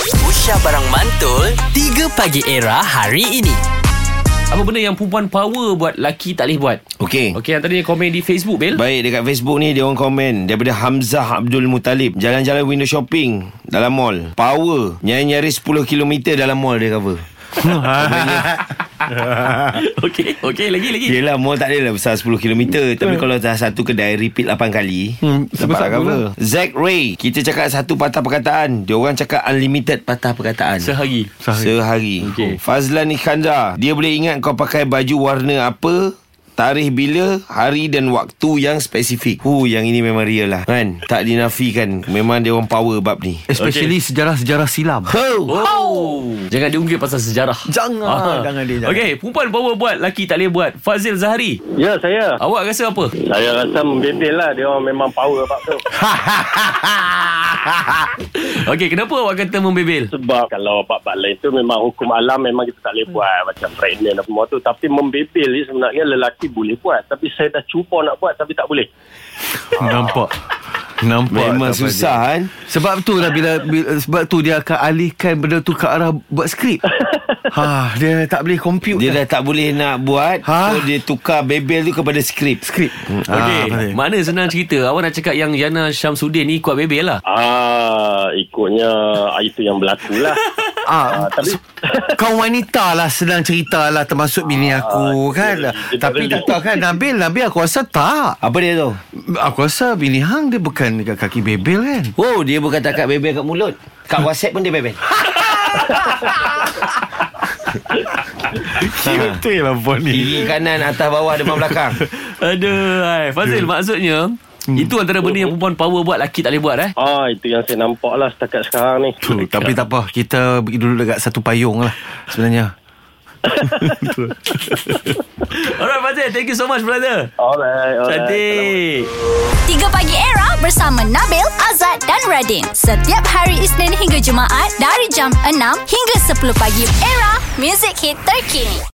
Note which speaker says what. Speaker 1: Aisyah Barang Mantul 3 Pagi Era hari ini
Speaker 2: Apa benda yang perempuan power buat Laki tak boleh buat
Speaker 3: Okey.
Speaker 2: Okey yang tadi dia komen di Facebook Bil
Speaker 3: Baik dekat Facebook ni dia orang komen daripada Hamzah Abdul Muttalib jalan-jalan window shopping dalam mall power nyari-nyari 10 km dalam mall dia cover
Speaker 2: Okey Okey lagi lagi
Speaker 3: Yelah mall tak adalah besar 10 km Tapi kalau dah satu kedai repeat 8 kali hmm, Dapat cover Zack Ray Kita cakap satu patah perkataan Dia orang cakap unlimited patah perkataan
Speaker 2: Sehari
Speaker 3: Sehari, Sehari.
Speaker 2: Okey.
Speaker 3: Oh, Fazlan Ikhanda Dia boleh ingat kau pakai baju warna apa Tarikh bila Hari dan waktu yang spesifik Hu yang ini memang real lah Kan Tak dinafikan Memang dia orang power bab ni
Speaker 4: Especially okay. sejarah-sejarah silam
Speaker 3: Ho
Speaker 2: Oh. Jangan diungkit pasal sejarah Ah.
Speaker 4: Jangan, jangan dia, jangan.
Speaker 2: Okey perempuan power buat Laki tak boleh buat Fazil Zahari
Speaker 5: Ya, saya.
Speaker 2: Awak rasa apa?
Speaker 5: Saya rasa membebel lah. Dia orang memang power bab tu.
Speaker 2: Okey kenapa awak kata membebel?
Speaker 5: Sebab kalau bab-bab lain tu memang hukum alam memang kita tak boleh buat. Macam pregnant dan semua tu. Tapi membebel ni sebenarnya lelaki boleh buat. Tapi saya dah cuba nak buat tapi tak boleh.
Speaker 4: Nampak Nampak
Speaker 3: Memang
Speaker 4: tak apa
Speaker 3: susah
Speaker 4: dia.
Speaker 3: kan
Speaker 4: Sebab tu lah bila, bila Sebab tu dia akan alihkan Benda tu ke arah Buat skrip ha, Dia tak boleh compute kan?
Speaker 3: Dia dah tak boleh nak buat
Speaker 4: Ha?
Speaker 3: So dia tukar bebel tu kepada Hmm. skrip
Speaker 4: Skrip
Speaker 2: Okey Mana senang cerita Awak nak cakap yang Yana Syamsuddin ni Kuat bebel lah
Speaker 5: Ah, ikutnya ah, itu yang berlaku lah.
Speaker 4: Ah,
Speaker 5: Ah, tapi-
Speaker 4: kau wanita lah Senang cerita lah Termasuk bini aku kan
Speaker 5: dia- dia
Speaker 4: Tapi tak
Speaker 5: tak
Speaker 4: tahu kan Nabil Nabil aku rasa tak
Speaker 3: Apa dia tu
Speaker 4: Aku rasa bini hang Dia bukan dekat kaki bebel kan
Speaker 3: Oh dia bukan tak kat bebel kat mulut Kat whatsapp pun dia bebel
Speaker 4: Betul lah Bon
Speaker 3: Kiri kanan atas bawah depan belakang
Speaker 2: Aduh hai. Fazil maksudnya Itu antara benda
Speaker 4: Hmm.
Speaker 2: yang perempuan power buat Laki tak boleh buat eh
Speaker 5: Ah, itu yang saya nampak lah setakat sekarang ni.
Speaker 4: Tu, tapi tak apa Kita pergi dulu dekat satu payung lah Sebenarnya
Speaker 2: Alright Fazil Thank you so much brother
Speaker 5: Alright, alright.
Speaker 2: Cantik
Speaker 6: 3 Pagi Era bersama Nabil, Azad dan Radin. Setiap hari Isnin hingga Jumaat dari jam 6 hingga 10 pagi. Era, music hit terkini.